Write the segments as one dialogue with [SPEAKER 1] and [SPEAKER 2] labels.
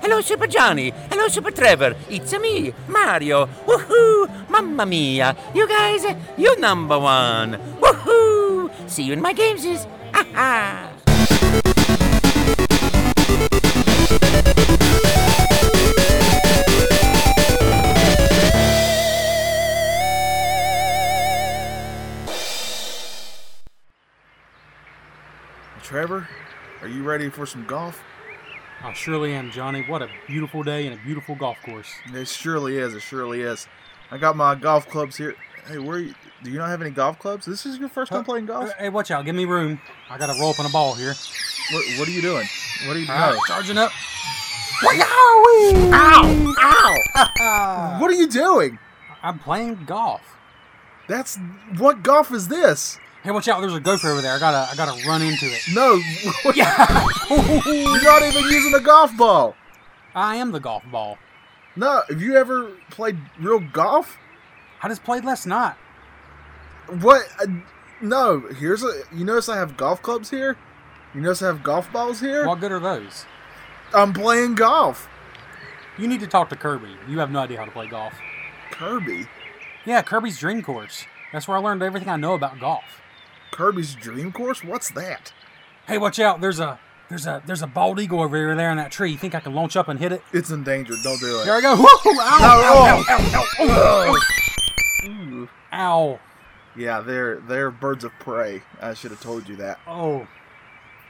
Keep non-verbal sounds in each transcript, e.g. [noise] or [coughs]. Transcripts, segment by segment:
[SPEAKER 1] Hello, Super Johnny. Hello, Super Trevor. It's me, Mario. Woohoo! Mamma mia! You guys, you number one. Woohoo! See you in my games. [laughs] Ha ha!
[SPEAKER 2] Trevor, are you ready for some golf?
[SPEAKER 3] I surely am, Johnny. What a beautiful day and a beautiful golf course.
[SPEAKER 2] It surely is. It surely is. I got my golf clubs here. Hey, where you, do you not have any golf clubs? This is your first time playing golf.
[SPEAKER 3] Hey, watch out. Give me room. I got a roll up and a ball here.
[SPEAKER 2] What, what are you doing? What are you doing?
[SPEAKER 3] All right, charging up.
[SPEAKER 1] Ow! Ow!
[SPEAKER 2] What are you doing?
[SPEAKER 3] I'm playing golf.
[SPEAKER 2] That's what golf is this?
[SPEAKER 3] Hey, watch out. There's a gopher over there. I gotta, I gotta run into it. [laughs]
[SPEAKER 2] No, [laughs]
[SPEAKER 3] Yeah.
[SPEAKER 2] you're not even using a golf ball.
[SPEAKER 3] I am the golf ball.
[SPEAKER 2] No, have you ever played real golf?
[SPEAKER 3] I just played last night.
[SPEAKER 2] What? uh, No. Here's a. You notice I have golf clubs here. You notice I have golf balls here.
[SPEAKER 3] What good are those?
[SPEAKER 2] I'm playing golf.
[SPEAKER 3] You need to talk to Kirby. You have no idea how to play golf.
[SPEAKER 2] Kirby.
[SPEAKER 3] Yeah, Kirby's Dream Course. That's where I learned everything I know about golf.
[SPEAKER 2] Kirby's Dream Course. What's that?
[SPEAKER 3] Hey, watch out! There's a there's a there's a bald eagle over there, there in that tree. You think I can launch up and hit it?
[SPEAKER 2] It's endangered. Don't do it.
[SPEAKER 3] There I go! [laughs] Woo! Ow! Ow! Ow! Ow! Ow!
[SPEAKER 2] Ooh.
[SPEAKER 3] Ow! ow.
[SPEAKER 2] Yeah, they're they're birds of prey. I should have told you that.
[SPEAKER 3] Oh!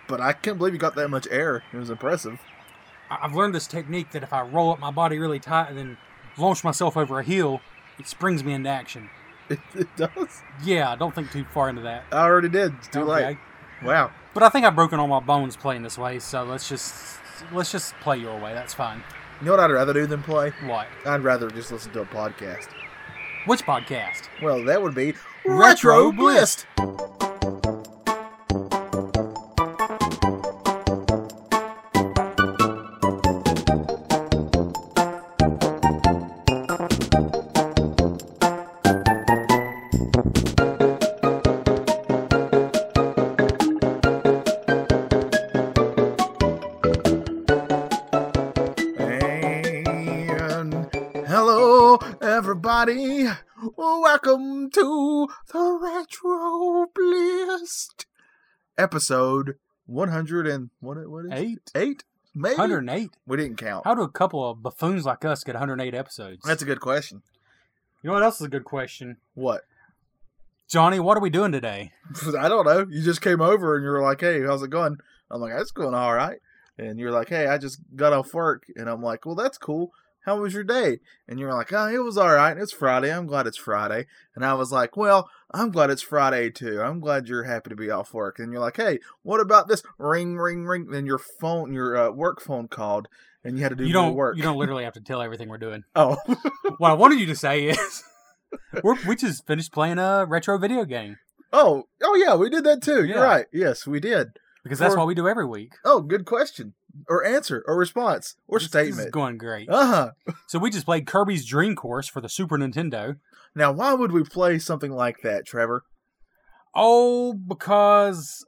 [SPEAKER 2] But I can't believe you got that much air. It was impressive. [laughs]
[SPEAKER 3] I- I've learned this technique that if I roll up my body really tight and then launch myself over a hill, it springs me into action.
[SPEAKER 2] It, it does.
[SPEAKER 3] Yeah, don't think too far into that.
[SPEAKER 2] I already did. It's too late.
[SPEAKER 3] Okay.
[SPEAKER 2] Wow.
[SPEAKER 3] But I think I've broken all my bones playing this way, so let's just let's just play your way. That's fine.
[SPEAKER 2] You know what I'd rather do than play?
[SPEAKER 3] What?
[SPEAKER 2] I'd rather just listen to a podcast.
[SPEAKER 3] Which podcast?
[SPEAKER 2] Well, that would be
[SPEAKER 3] Retro Blist.
[SPEAKER 2] And hello, everybody. Welcome to the Retro Blist episode 100 and what, what is it?
[SPEAKER 3] Eight
[SPEAKER 2] Eight? Maybe?
[SPEAKER 3] hundred and eight.
[SPEAKER 2] We didn't count.
[SPEAKER 3] How do a couple of buffoons like us get 108 episodes?
[SPEAKER 2] That's a good question.
[SPEAKER 3] you know what else is a good question,
[SPEAKER 2] What?
[SPEAKER 3] Johnny? What are we doing today?
[SPEAKER 2] I don't know. You just came over and you were like, hey, how's it going? I'm like, it's going all right. And you're like, hey, I just got off work. And I'm like, well, that's cool. How was your day? And you're like, oh, it was all right. It's Friday. I'm glad it's Friday. And I was like, well, I'm glad it's Friday too. I'm glad you're happy to be off work. And you're like, hey, what about this? Ring, ring, ring. Then your phone, your uh, work phone called and you had to do
[SPEAKER 3] you
[SPEAKER 2] more
[SPEAKER 3] don't
[SPEAKER 2] work. [laughs]
[SPEAKER 3] you don't literally have to tell everything we're doing.
[SPEAKER 2] oh, [laughs]
[SPEAKER 3] what I wanted you to say is [laughs] we're, we just finished playing a retro video game
[SPEAKER 2] oh, oh, yeah, we did that too. You're
[SPEAKER 3] Yeah.
[SPEAKER 2] right. Yes, we did.
[SPEAKER 3] because that's
[SPEAKER 2] Or-
[SPEAKER 3] what we do every week.
[SPEAKER 2] Oh, good question. Or answer, or response, or
[SPEAKER 3] This- This is
[SPEAKER 2] statement.
[SPEAKER 3] going great.
[SPEAKER 2] Uh huh.
[SPEAKER 3] So we just played Kirby's Dream Course for the Super Nintendo.
[SPEAKER 2] Now, why would we play something like that, Trevor?
[SPEAKER 3] Oh, because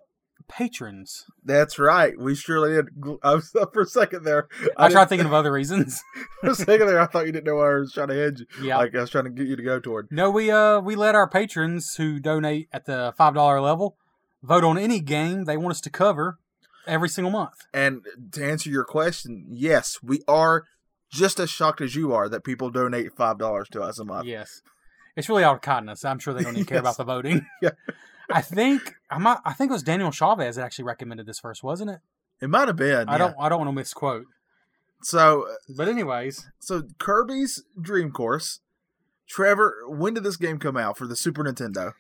[SPEAKER 3] patrons.
[SPEAKER 2] That's right. We surely did. Gl- [laughs] I was up for a second there.
[SPEAKER 3] I,
[SPEAKER 2] didn't-
[SPEAKER 3] tried thinking of other reasons.
[SPEAKER 2] [laughs]
[SPEAKER 3] [laughs]
[SPEAKER 2] for a second there. I thought you didn't know where I was trying to hedge.
[SPEAKER 3] yeah.
[SPEAKER 2] Like I was trying to get you to go toward.
[SPEAKER 3] no, we uh we let our patrons who donate at the five dollar level vote on any game they want us to cover every single month.
[SPEAKER 2] And to answer your question, yes, we are just as shocked as you are that people donate five dollars to us a month.
[SPEAKER 3] Yes. It's really out of kindness. I'm sure they don't even care
[SPEAKER 2] Yes.
[SPEAKER 3] about the voting.
[SPEAKER 2] [laughs] Yeah.
[SPEAKER 3] I think I might, I think it was Daniel Chavez that actually recommended this first, wasn't it?
[SPEAKER 2] It might have been.
[SPEAKER 3] I don't I don't want to misquote.
[SPEAKER 2] So uh,
[SPEAKER 3] But anyways,
[SPEAKER 2] so Kirby's Dream Course. Trevor, when did this game come out for the Super Nintendo?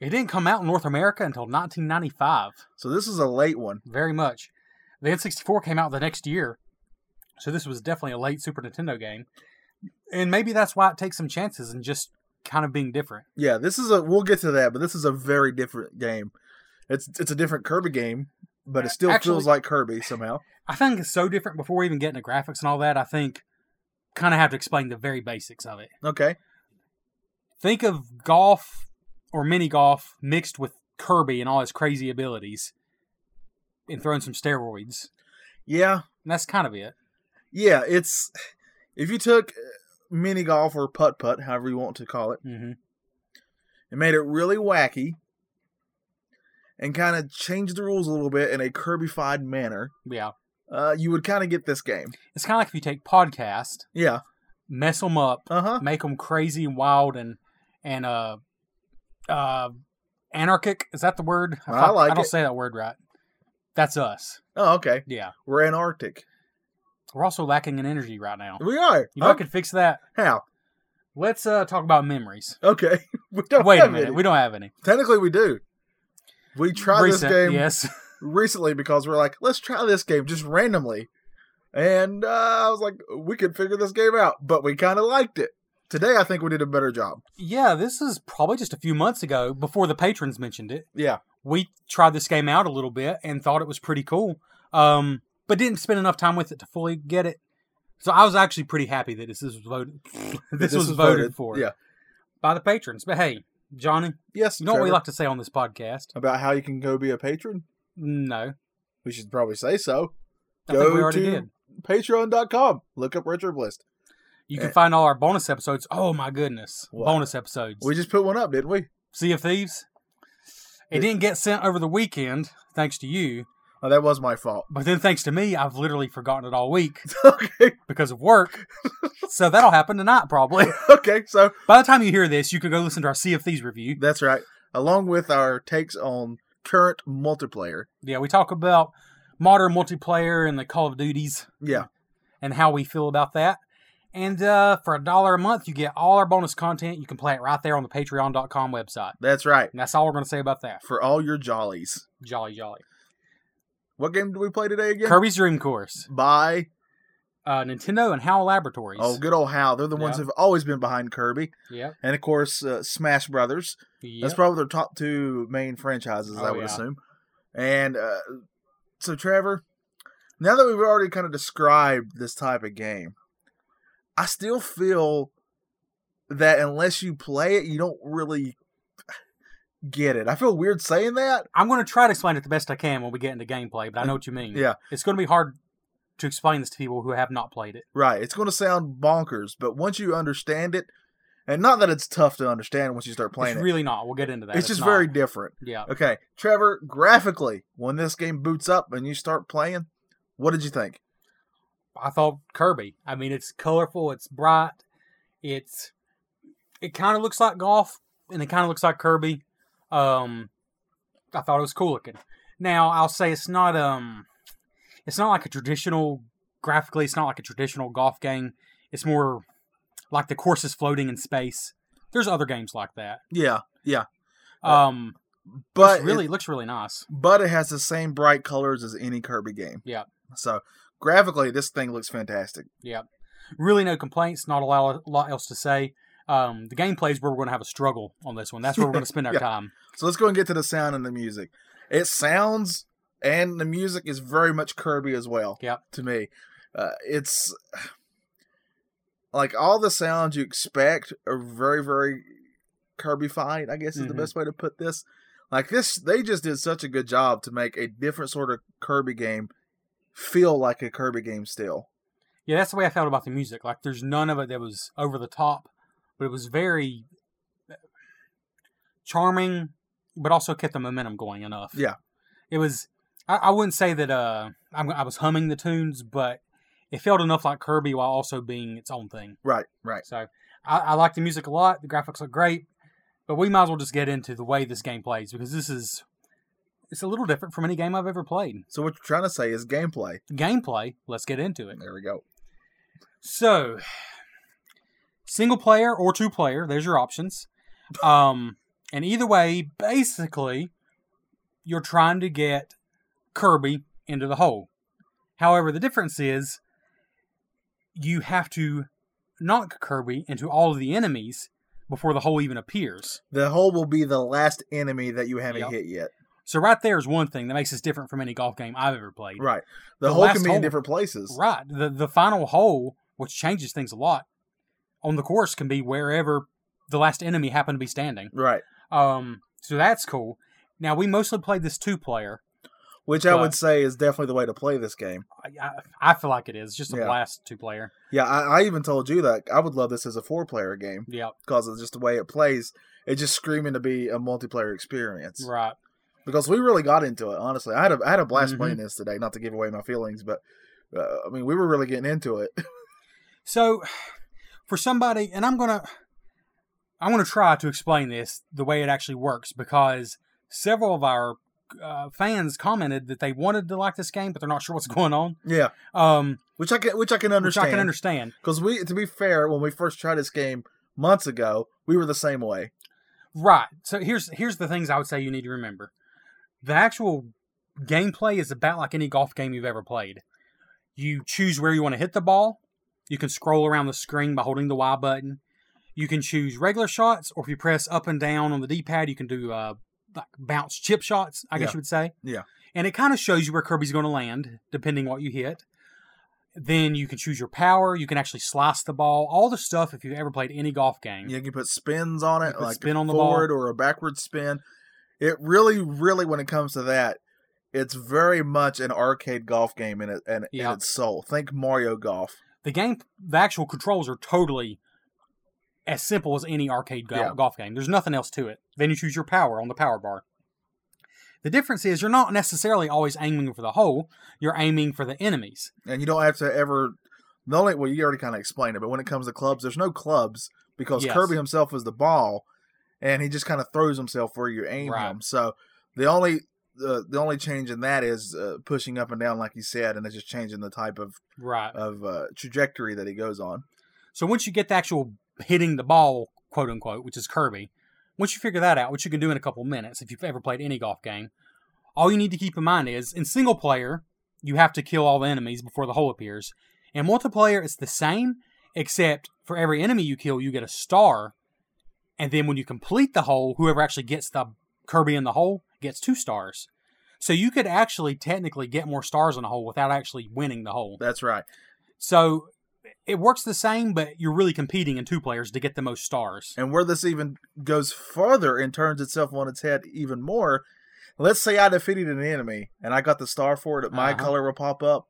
[SPEAKER 3] it didn't come out in North America until 1995.
[SPEAKER 2] So this is a late one.
[SPEAKER 3] Very much. The N64 came out the next year, so this was definitely a late Super Nintendo game, and maybe that's why it takes some chances and just kind of being different.
[SPEAKER 2] Yeah, this is a. We'll get to that, but this is a very different game. It's it's a different Kirby game, but it still
[SPEAKER 3] Actually-
[SPEAKER 2] feels like Kirby somehow.
[SPEAKER 3] I think it's so different. Before even getting to graphics and all that, I think kind of have to explain the very basics of it.
[SPEAKER 2] Okay,
[SPEAKER 3] think of golf or mini golf mixed with Kirby and all his crazy abilities and throwing some steroids.
[SPEAKER 2] yeah,
[SPEAKER 3] And that's kind of it.
[SPEAKER 2] yeah, it's if you took uh, mini golf or putt putt, however you want to call it,
[SPEAKER 3] Mm-hmm.
[SPEAKER 2] and made it really wacky, and kind of changed the rules a little bit in a Kirbyfied manner,
[SPEAKER 3] Yeah.
[SPEAKER 2] uh, you would kind of get this game.
[SPEAKER 3] It's kind of like if you take podcast,
[SPEAKER 2] Yeah.
[SPEAKER 3] mess them up,
[SPEAKER 2] Uh huh.
[SPEAKER 3] make them crazy and wild and and uh uh anarchic. Is that the word?
[SPEAKER 2] I
[SPEAKER 3] thought-
[SPEAKER 2] like
[SPEAKER 3] I don't
[SPEAKER 2] it.
[SPEAKER 3] say that word right. That's us.
[SPEAKER 2] Oh, okay.
[SPEAKER 3] Yeah.
[SPEAKER 2] We're Antarctic.
[SPEAKER 3] We're also lacking in energy right now.
[SPEAKER 2] We are.
[SPEAKER 3] You know, I
[SPEAKER 2] Okay.
[SPEAKER 3] could fix that.
[SPEAKER 2] How?
[SPEAKER 3] Let's uh talk about memories.
[SPEAKER 2] Okay. [laughs] We don't
[SPEAKER 3] Wait a
[SPEAKER 2] have
[SPEAKER 3] minute.
[SPEAKER 2] any.
[SPEAKER 3] We don't have any.
[SPEAKER 2] Technically, we do. We tried
[SPEAKER 3] Recent,
[SPEAKER 2] this game
[SPEAKER 3] Yes. [laughs]
[SPEAKER 2] recently because we're like, let's try this game just randomly. And uh, I was like, we could figure this game out, but we kind of liked it. Today, I think we did a better job.
[SPEAKER 3] Yeah, this is probably just a few months ago before the patrons mentioned it.
[SPEAKER 2] Yeah.
[SPEAKER 3] We tried this game out a little bit and thought it was pretty cool, um, but didn't spend enough time with it to fully get it. So I was actually pretty happy that this, is
[SPEAKER 2] [laughs]
[SPEAKER 3] voted. [laughs] this, was, voted, for
[SPEAKER 2] Yeah.
[SPEAKER 3] by the patrons. But hey, Johnny,
[SPEAKER 2] Yes.
[SPEAKER 3] you know what we
[SPEAKER 2] Trevor.
[SPEAKER 3] like to say on this podcast?
[SPEAKER 2] about how you can go be a patron?
[SPEAKER 3] No,
[SPEAKER 2] We should probably say so.
[SPEAKER 3] I
[SPEAKER 2] Go
[SPEAKER 3] think we already
[SPEAKER 2] to-
[SPEAKER 3] did.
[SPEAKER 2] Patreon.com. Look up Retro Bliss.
[SPEAKER 3] You can
[SPEAKER 2] eh.
[SPEAKER 3] find all our bonus episodes. Oh my goodness,
[SPEAKER 2] Wow.
[SPEAKER 3] bonus episodes.
[SPEAKER 2] We just put one up, didn't we?
[SPEAKER 3] sea of Thieves. It
[SPEAKER 2] It-
[SPEAKER 3] didn't get sent over the weekend, thanks to you.
[SPEAKER 2] Oh, that was my fault. [laughs]
[SPEAKER 3] But then, thanks to me, I've literally forgotten it all week
[SPEAKER 2] okay.
[SPEAKER 3] because
[SPEAKER 2] [laughs]
[SPEAKER 3] of work. so that'll happen tonight, probably.
[SPEAKER 2] Okay. So
[SPEAKER 3] By the time you hear this, you can go listen to our Sea of Thieves review.
[SPEAKER 2] that's right. Along with our takes on current multiplayer.
[SPEAKER 3] Yeah, we talk about modern multiplayer and the Call of Duties
[SPEAKER 2] Yeah.
[SPEAKER 3] and how we feel about that. And uh, for a dollar a month, you get all our bonus content. You can play it right there on the Patreon.com website.
[SPEAKER 2] That's right.
[SPEAKER 3] And that's all we're going to say about that.
[SPEAKER 2] For all your jollies.
[SPEAKER 3] Jolly, jolly.
[SPEAKER 2] What game did we play today again?
[SPEAKER 3] Kirby's Dream Course,
[SPEAKER 2] By
[SPEAKER 3] uh, Nintendo and HAL Laboratories.
[SPEAKER 2] oh, good old Hal. They're the ones
[SPEAKER 3] Yeah.
[SPEAKER 2] who've always been behind Kirby,
[SPEAKER 3] yeah.
[SPEAKER 2] and of course uh, Smash Brothers. That's probably their top two main franchises, I
[SPEAKER 3] Oh,
[SPEAKER 2] would
[SPEAKER 3] yeah.
[SPEAKER 2] assume. And uh, so, Trevor, now that we've already kind of described this type of game, I still feel that unless you play it, you don't really get it. I feel weird saying that.
[SPEAKER 3] I'm going to try to explain it the best I can when we get into gameplay, but I know what you mean.
[SPEAKER 2] Yeah.
[SPEAKER 3] It's going to be hard to explain this to people who have not played it.
[SPEAKER 2] Right. It's going to sound bonkers, but once you understand it, and not that it's tough to understand once you start playing
[SPEAKER 3] it's
[SPEAKER 2] it,
[SPEAKER 3] really not. We'll get into that.
[SPEAKER 2] it's just
[SPEAKER 3] not.
[SPEAKER 2] very different.
[SPEAKER 3] Yeah.
[SPEAKER 2] Okay, Trevor, graphically, when this game boots up and you start playing, what did you think?
[SPEAKER 3] I thought Kirby. I mean, it's colorful, it's bright, it's. It kind of looks like golf, and it kind of looks like Kirby. Um, I thought it was cool looking. Now I'll say it's not um, it's not like a traditional graphically. It's not like a traditional golf game. It's more like the course is floating in space. There's other games like that.
[SPEAKER 2] Yeah, Uh,
[SPEAKER 3] Um,
[SPEAKER 2] but
[SPEAKER 3] it's really
[SPEAKER 2] really,
[SPEAKER 3] looks really nice.
[SPEAKER 2] but it has the same bright colors as any Kirby game.
[SPEAKER 3] Yeah.
[SPEAKER 2] So graphically, this thing looks fantastic.
[SPEAKER 3] Really, no complaints. Not a lot, a lot else to say. Um, the gameplay is where we're going to have a struggle on this one. That's where we're going to spend
[SPEAKER 2] [laughs]
[SPEAKER 3] our
[SPEAKER 2] Yeah.
[SPEAKER 3] time.
[SPEAKER 2] So let's go and get to the sound and the music. It sounds and the music is very much Kirby as well.
[SPEAKER 3] Yep.
[SPEAKER 2] To me, uh, it's like all the sounds you expect are very, very Kirby-fied. I guess is the
[SPEAKER 3] Mhm.
[SPEAKER 2] best way to put this. Like this, they just did such a good job to make a different sort of Kirby game feel like a Kirby game still.
[SPEAKER 3] Yeah, that's the way I felt about the music. Like, there's none of it that was over the top, but it was very charming, but also kept the momentum going enough.
[SPEAKER 2] Yeah.
[SPEAKER 3] it was. I, I wouldn't say that uh, I'm, I was humming the tunes, but it felt enough like Kirby while also being its own thing.
[SPEAKER 2] Right, right.
[SPEAKER 3] So I, I like the music a lot. The graphics look great, but we might as well just get into the way this game plays because this is it's a little different from any game I've ever played.
[SPEAKER 2] So what you're trying to say is gameplay.
[SPEAKER 3] Gameplay. Let's get into it.
[SPEAKER 2] There we go.
[SPEAKER 3] So single player or two player. There's your options. Um, and either way, basically, you're trying to get Kirby into the hole. However, the difference is you have to knock Kirby into all of the enemies before the hole even appears.
[SPEAKER 2] The hole will be the last enemy that you haven't
[SPEAKER 3] Yep.
[SPEAKER 2] hit yet.
[SPEAKER 3] So right there is one thing that makes us different from any golf game I've ever played.
[SPEAKER 2] Right. The,
[SPEAKER 3] The
[SPEAKER 2] hole
[SPEAKER 3] last
[SPEAKER 2] can be
[SPEAKER 3] hole.
[SPEAKER 2] in different places.
[SPEAKER 3] Right. The the final hole, which changes things a lot, on the course can be wherever the last enemy happened to be standing.
[SPEAKER 2] Right.
[SPEAKER 3] Um so that's cool. Now we mostly played this two player.
[SPEAKER 2] which I
[SPEAKER 3] Right.
[SPEAKER 2] would say is definitely the way to play this game.
[SPEAKER 3] I, I, I feel like it is just a
[SPEAKER 2] Yeah.
[SPEAKER 3] blast two player.
[SPEAKER 2] Yeah, I, I even told you that I would love this as a four player game
[SPEAKER 3] Yep.
[SPEAKER 2] because of just the way it plays. It's just screaming to be a multiplayer experience
[SPEAKER 3] Right.
[SPEAKER 2] because we really got into it. Honestly, I had a, I had a blast
[SPEAKER 3] Mhm.
[SPEAKER 2] playing this today. Not to give away my feelings, but uh, I mean, we were really getting into it. [laughs]
[SPEAKER 3] So, [sighs] for somebody, and I'm gonna, I'm gonna try to explain this the way it actually works because several of our uh, fans commented that they wanted to like this game, but they're not sure what's [laughs] going on.
[SPEAKER 2] yeah,
[SPEAKER 3] Um,
[SPEAKER 2] which I can which I can
[SPEAKER 3] which I can
[SPEAKER 2] understand
[SPEAKER 3] understand.
[SPEAKER 2] because we to be fair, when we first tried this game months ago, we were the same way.
[SPEAKER 3] Right. So here's here's the things I would say you need to remember. The actual gameplay is about like any golf game you've ever played. You choose where you want to hit the ball. You can scroll around the screen by holding the Y button. You can choose regular shots, or if you press up and down on the D-pad, you can do uh, like bounce chip shots. I guess
[SPEAKER 2] Yeah.
[SPEAKER 3] you would say.
[SPEAKER 2] Yeah.
[SPEAKER 3] And it kind of shows you where Kirby's going to land, depending what you hit. Then you can choose your power. You can actually slice the ball. All the stuff if you've ever played any golf game.
[SPEAKER 2] You can put spins on it,
[SPEAKER 3] You put
[SPEAKER 2] like
[SPEAKER 3] spin
[SPEAKER 2] a
[SPEAKER 3] on the ball.
[SPEAKER 2] forward or a backward spin. It really, really, when it comes to that, it's very much an arcade golf game in it and
[SPEAKER 3] Yeah.
[SPEAKER 2] in its soul. Think Mario Golf.
[SPEAKER 3] the game the actual controls are totally as simple as any arcade go-
[SPEAKER 2] Yeah.
[SPEAKER 3] golf game there's nothing else to it then you choose your power on the power bar the difference is you're not necessarily always aiming for the hole you're aiming for the enemies
[SPEAKER 2] And you don't have to ever. The only well, you already kind of explained it, but when it comes to clubs, there's no clubs because
[SPEAKER 3] Yes.
[SPEAKER 2] Kirby himself is the ball, and he just kind of throws himself where you aim
[SPEAKER 3] Right.
[SPEAKER 2] him. So the only uh, the only change in that is uh, pushing up and down, like you said, and it's just changing the type of
[SPEAKER 3] right
[SPEAKER 2] of uh, trajectory that he goes on.
[SPEAKER 3] so once you get the actual hitting the ball quote unquote which is kirby once you figure that out which you can do in a couple minutes if you've ever played any golf game all you need to keep in mind is in single player you have to kill all the enemies before the hole appears in multiplayer it's the same except for every enemy you kill you get a star and then when you complete the hole whoever actually gets the kirby in the hole gets two stars so you could actually technically get more stars in a hole without actually winning the hole
[SPEAKER 2] That's right.
[SPEAKER 3] so it works the same, but you're really competing in two players to get the most stars.
[SPEAKER 2] And where this even goes farther and turns itself on its head even more, let's say I defeated an enemy and I got the star for it, my
[SPEAKER 3] Uh-huh.
[SPEAKER 2] color will pop up.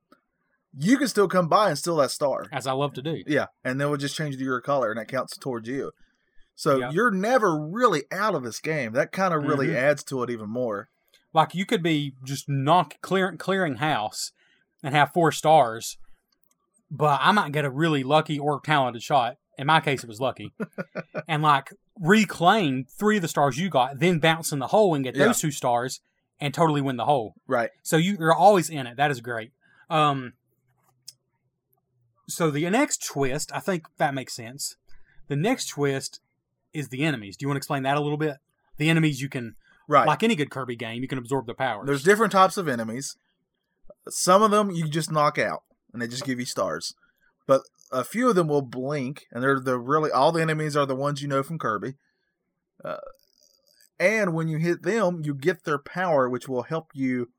[SPEAKER 2] You can still come by and steal that star.
[SPEAKER 3] As I love to do.
[SPEAKER 2] Yeah, and then we'll just change to your color and that counts towards you. So
[SPEAKER 3] Yeah.
[SPEAKER 2] you're never really out of this game. That kind of really
[SPEAKER 3] Mhm.
[SPEAKER 2] adds to it even more.
[SPEAKER 3] Like you could be just knock clear, clearing house and have four stars, but I might get a really lucky or talented shot. In my case, it was lucky, and like reclaim three of the stars you got, then bounce in the hole and get
[SPEAKER 2] Yeah.
[SPEAKER 3] those two stars and totally win the hole.
[SPEAKER 2] Right.
[SPEAKER 3] So you, you're always in it. That is great. Um, so the next twist, I think that makes sense. The next twist is the enemies. Do you want to explain that a little bit? The enemies you can,
[SPEAKER 2] Right.
[SPEAKER 3] like any good Kirby game, you can absorb their powers.
[SPEAKER 2] There's different types of enemies. Some of them you just knock out and they just give you stars. But a few of them will blink, and they're the really all the enemies are the ones you know from Kirby. Uh, and when you hit them, you get their power, which will help you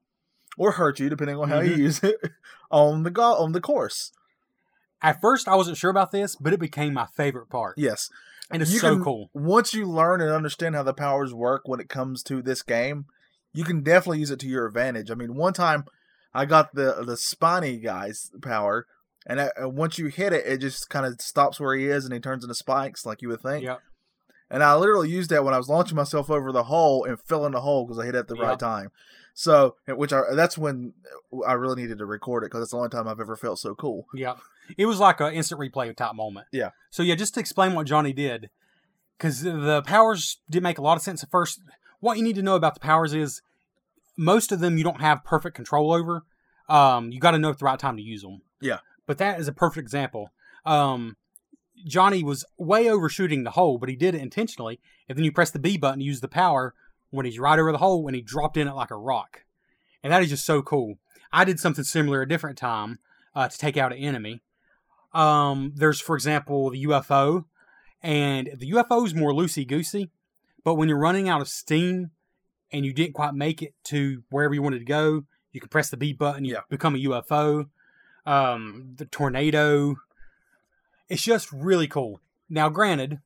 [SPEAKER 2] or hurt you, depending on how
[SPEAKER 3] Mhm.
[SPEAKER 2] you use it [laughs] on the go- on the course.
[SPEAKER 3] At first, I wasn't sure about this, but it became my favorite part,
[SPEAKER 2] Yes,
[SPEAKER 3] and it's
[SPEAKER 2] you
[SPEAKER 3] so
[SPEAKER 2] can-
[SPEAKER 3] cool.
[SPEAKER 2] once you learn and understand how the powers work when it comes to this game, you can definitely use it to your advantage. I mean, one time I got the the spiny guy's power, and I, and once you hit it, it just kind of stops where he is and he turns into spikes, like you would think.
[SPEAKER 3] Yep.
[SPEAKER 2] And I literally used that when I was launching myself over the hole and fell in the hole because I hit it at the right
[SPEAKER 3] Yep.
[SPEAKER 2] time. So, which I that's when I really needed to record it because it's the only time I've ever felt so cool.
[SPEAKER 3] Yeah. It was like an instant replay type moment.
[SPEAKER 2] Yeah.
[SPEAKER 3] So, yeah, just to explain what Johnny did, because the powers did make a lot of sense at first. What you need to know about the powers is most of them you don't have perfect control over. Um, you got to know at the right time to use them.
[SPEAKER 2] Yeah.
[SPEAKER 3] But that is a perfect example. Um, Johnny was way overshooting the hole, but he did it intentionally. And then you press the B button to use the power when he's right over the hole, and he dropped in it like a rock. And that is just so cool. I did something similar a different time uh, to take out an enemy. Um, there's, for example, the UFO, and the UFO is more loosey goosey, but when you're running out of steam and you didn't quite make it to wherever you wanted to go, you can press the B button, you
[SPEAKER 2] Yeah.
[SPEAKER 3] become a UFO. Um, the tornado. It's just really cool. Now, granted,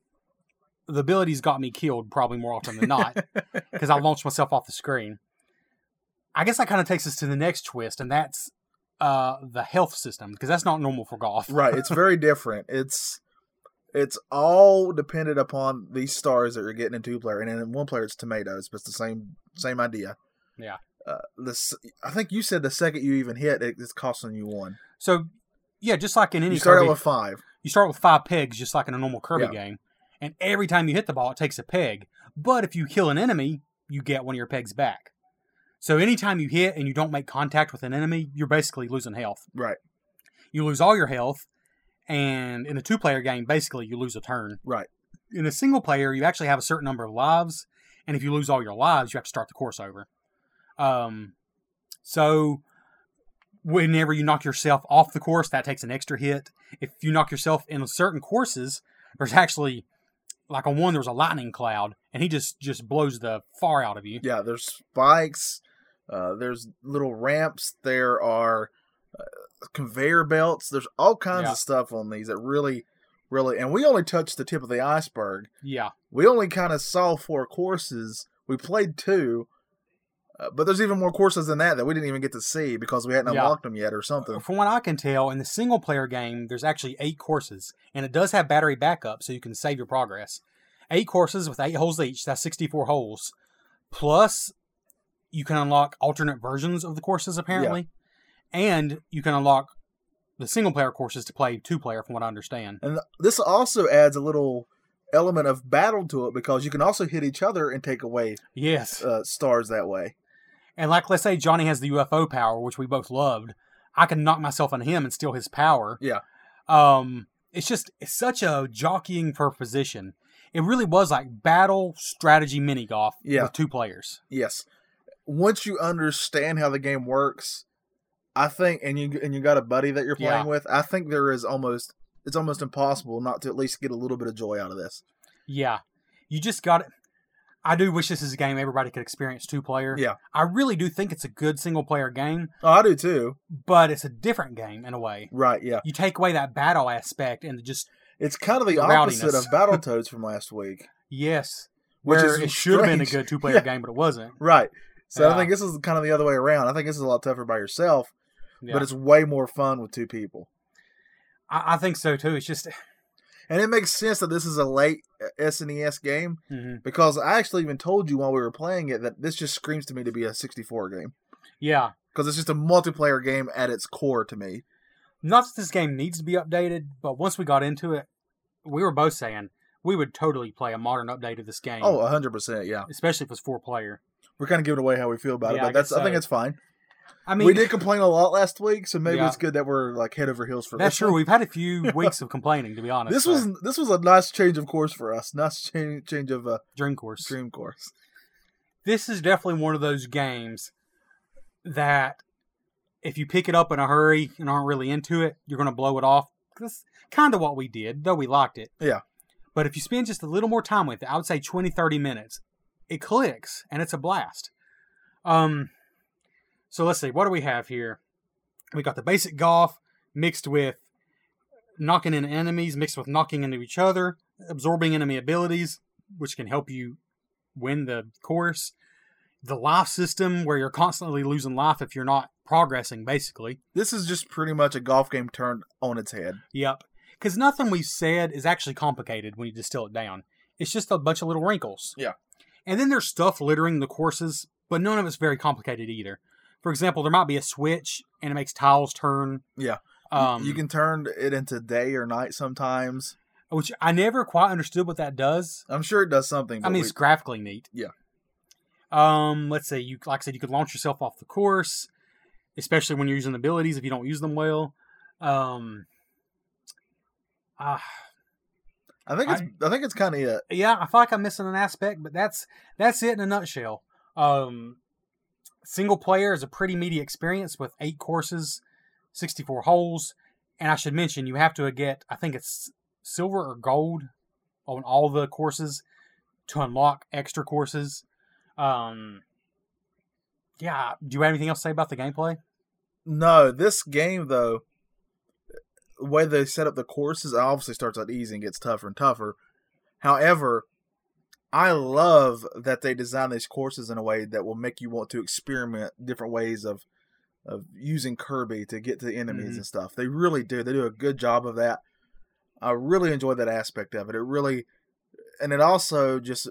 [SPEAKER 2] [laughs]
[SPEAKER 3] the abilities got me killed probably more often than not because I launched myself off the screen. I guess that kind of takes us to the next twist, and that's uh, the health system because that's not normal for golf.
[SPEAKER 2] [laughs] Right. It's very different. It's it's all dependent upon these stars that you're getting in two player, and in one player it's tomatoes, but it's the same same idea.
[SPEAKER 3] Yeah.
[SPEAKER 2] Uh, this I think you said the second you even hit, it, it's costing you one.
[SPEAKER 3] So, yeah, just like in any
[SPEAKER 2] you start
[SPEAKER 3] Kirby,
[SPEAKER 2] out with five.
[SPEAKER 3] you start with five pegs, just like in a normal Kirby
[SPEAKER 2] Yeah.
[SPEAKER 3] game, and every time you hit the ball, it takes a peg. But if you kill an enemy, you get one of your pegs back. So anytime you hit and you don't make contact with an enemy, you're basically losing health.
[SPEAKER 2] Right.
[SPEAKER 3] You lose all your health, and in a two-player game, basically you lose a turn.
[SPEAKER 2] Right.
[SPEAKER 3] In a single player, you actually have a certain number of lives, and if you lose all your lives, you have to start the course over. Um, so whenever you knock yourself off the course, that takes an extra hit. If you knock yourself in certain courses, there's actually like on one there was a lightning cloud, and he just just blows the far out of you.
[SPEAKER 2] Yeah. There's spikes. Uh, there's little ramps. There are uh, conveyor belts. There's all kinds
[SPEAKER 3] Yeah.
[SPEAKER 2] of stuff on these that really, really, and we only touched the tip of the iceberg.
[SPEAKER 3] Yeah,
[SPEAKER 2] we only kind of saw four courses. We played two, uh, but there's even more courses than that that we didn't even get to see because we hadn't
[SPEAKER 3] Yeah.
[SPEAKER 2] unlocked them yet or something.
[SPEAKER 3] from what I can tell, in the single player game, there's actually eight courses, and it does have battery backup, so you can save your progress. Eight courses with eight holes each, that's 64 holes. Plus, you can unlock alternate versions of the courses, apparently, and you can unlock the single player courses to play two player, from what I understand.
[SPEAKER 2] And this also adds a little element of battle to it because you can also hit each other and take away
[SPEAKER 3] Yes.
[SPEAKER 2] uh, stars that way.
[SPEAKER 3] And like, let's say Johnny has the UFO power, which we both loved. I can knock myself on him and steal his power.
[SPEAKER 2] Yeah.
[SPEAKER 3] Um, it's just it's such a jockeying for position. It really was like battle strategy mini golf
[SPEAKER 2] Yeah.
[SPEAKER 3] with two players.
[SPEAKER 2] Yes, once you understand how the game works, I think, and you and you got a buddy that you're playing
[SPEAKER 3] Yeah.
[SPEAKER 2] with, I think there is almost it's almost impossible not to at least get a little bit of joy out of this.
[SPEAKER 3] Yeah. You just got it. I do wish this is a game everybody could experience two player.
[SPEAKER 2] Yeah.
[SPEAKER 3] I really do think it's a good single player game,
[SPEAKER 2] Oh, I do too.
[SPEAKER 3] but it's a different game in a way.
[SPEAKER 2] Right? Yeah.
[SPEAKER 3] You take away that battle aspect and just
[SPEAKER 2] It's kind of the
[SPEAKER 3] The
[SPEAKER 2] opposite
[SPEAKER 3] rowdiness.
[SPEAKER 2] of Battletoads from last
[SPEAKER 3] [laughs]
[SPEAKER 2] week,
[SPEAKER 3] yes,
[SPEAKER 2] which
[SPEAKER 3] where
[SPEAKER 2] is
[SPEAKER 3] it should have been a
[SPEAKER 2] strange.
[SPEAKER 3] good two
[SPEAKER 2] [laughs]
[SPEAKER 3] player
[SPEAKER 2] Yeah.
[SPEAKER 3] game, but it wasn't.
[SPEAKER 2] Right. So I
[SPEAKER 3] Yeah.
[SPEAKER 2] think this is kind of the other way around. I think this is a lot tougher by yourself,
[SPEAKER 3] Yeah.
[SPEAKER 2] but it's way more fun with two people.
[SPEAKER 3] I, I think so too. It's just [sighs]
[SPEAKER 2] And it makes sense that this is a late uh, SNES game
[SPEAKER 3] Mhm.
[SPEAKER 2] because I actually even told you while we were playing it that this just screams to me to be a 64 game
[SPEAKER 3] yeah.
[SPEAKER 2] because it's just a multiplayer game at its core to me.
[SPEAKER 3] Not that this game needs to be updated, but once we got into it, we were both saying we would totally play a modern update of this game.
[SPEAKER 2] Oh, 100%. Yeah.
[SPEAKER 3] especially if it's four player.
[SPEAKER 2] We're kind of giving away how we feel about
[SPEAKER 3] Yeah,
[SPEAKER 2] it,
[SPEAKER 3] I
[SPEAKER 2] but that's,
[SPEAKER 3] guess
[SPEAKER 2] I think
[SPEAKER 3] so.
[SPEAKER 2] it's fine.
[SPEAKER 3] I mean,
[SPEAKER 2] we did complain a lot last week, so maybe
[SPEAKER 3] Yeah.
[SPEAKER 2] it's good that we're like head over heels for
[SPEAKER 3] that's
[SPEAKER 2] this.
[SPEAKER 3] true.
[SPEAKER 2] one.
[SPEAKER 3] We've had a few weeks of complaining, to be
[SPEAKER 2] [laughs]
[SPEAKER 3] honest.
[SPEAKER 2] This
[SPEAKER 3] so,
[SPEAKER 2] was this was a nice change of course for us. Nice change change of uh,
[SPEAKER 3] Dream Course.
[SPEAKER 2] stream course.
[SPEAKER 3] This is definitely one of those games that if you pick it up in a hurry and aren't really into it, you're going to blow it off. That's kind of what we did, though we liked it.
[SPEAKER 2] Yeah.
[SPEAKER 3] But if you spend just a little more time with it, I would say 20, 30 minutes, it clicks and it's a blast. Um, so let's see, what do we have here? We got the basic golf mixed with knocking into enemies, mixed with knocking into each other, absorbing enemy abilities, which can help you win the course. The life system, where you're constantly losing life if you're not progressing, basically.
[SPEAKER 2] This is just pretty much a golf game turned on its head.
[SPEAKER 3] Yep. Because nothing we've said is actually complicated when you distill it down. It's just a bunch of little wrinkles.
[SPEAKER 2] Yeah.
[SPEAKER 3] And then there's stuff littering the courses, but none of it's very complicated either. For example, there might be a switch and it makes tiles turn.
[SPEAKER 2] Yeah.
[SPEAKER 3] Um,
[SPEAKER 2] you can turn it into day or night sometimes.
[SPEAKER 3] which I never quite understood what that does.
[SPEAKER 2] I'm sure it does something.
[SPEAKER 3] I
[SPEAKER 2] but we-
[SPEAKER 3] mean, it's graphically neat.
[SPEAKER 2] Yeah.
[SPEAKER 3] Um, let's say you, like I said, you could launch yourself off the course, especially when you're using abilities if you don't use them well. Um, ah,
[SPEAKER 2] I think it's I, think it's uh, kind of it.
[SPEAKER 3] yeah, I feel like I'm missing an aspect, but that's that's it in a nutshell. Um, single player is a pretty meaty experience with eight courses, 64 holes, and I should mention you have to get I think it's silver or gold on all the courses to unlock extra courses. Um, yeah, do you have anything else to say about the gameplay?
[SPEAKER 2] No, this game though, the way they set up the courses, it obviously starts out easy and gets tougher and tougher. However, I love that they design these courses in a way that will make you want to experiment different ways of of using Kirby to get to the enemies
[SPEAKER 3] Mhm.
[SPEAKER 2] and stuff. They really do. They do a good job of that. I really enjoy that aspect of it. It really and it also just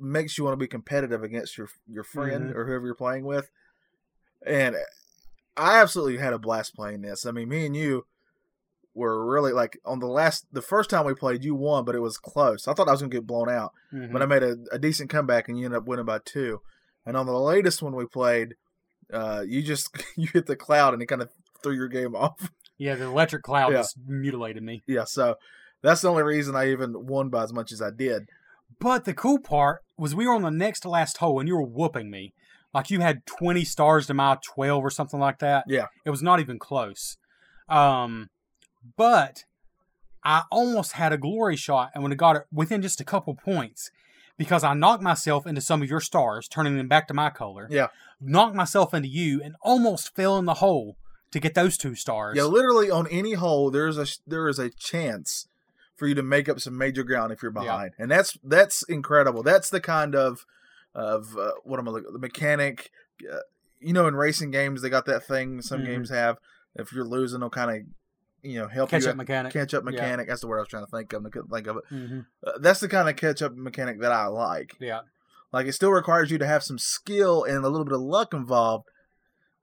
[SPEAKER 2] makes you want to be competitive against your your friend or whoever you're playing with. And I absolutely had a blast playing this. I mean, me and you were really like on the last the first time we played, you won, but it was close. I thought I was gonna get blown out
[SPEAKER 3] Mhm.
[SPEAKER 2] but I made a, a decent comeback and you ended up winning by two. And on the latest one we played, uh, you just [laughs] you hit the cloud and it kind of threw your game [laughs] off.
[SPEAKER 3] yeah, the electric cloud
[SPEAKER 2] Yeah.
[SPEAKER 3] just mutilated me.
[SPEAKER 2] yeah, so that's the only reason I even won by as much as I did.
[SPEAKER 3] But the cool part was we were on the next to last hole and you were whooping me. Like you had 20 stars to my 12 or something like that.
[SPEAKER 2] Yeah.
[SPEAKER 3] It was not even close. Um, but I almost had a glory shot and would have got it within just a couple points because I knocked myself into some of your stars, turning them back to my color.
[SPEAKER 2] Yeah.
[SPEAKER 3] Knocked myself into you and almost fell in the hole to get those two stars.
[SPEAKER 2] Yeah, literally on any hole there's a there is a chance for you to make up some major ground if you're
[SPEAKER 3] Yeah.
[SPEAKER 2] behind, and that's that's incredible. That's the kind of of uh, what am I looking the mechanic. Uh, you know, in racing games they got that thing some
[SPEAKER 3] Mhm.
[SPEAKER 2] games have. If you're losing, they'll kind of you know help
[SPEAKER 3] Catch
[SPEAKER 2] you
[SPEAKER 3] up mechanic.
[SPEAKER 2] catch up
[SPEAKER 3] Yeah.
[SPEAKER 2] mechanic. That's the word I was trying to think of. and I couldn't think of it.
[SPEAKER 3] hmm
[SPEAKER 2] Uh, that's the kind of catch up mechanic that I like.
[SPEAKER 3] Yeah.
[SPEAKER 2] Like it still requires you to have some skill and a little bit of luck involved,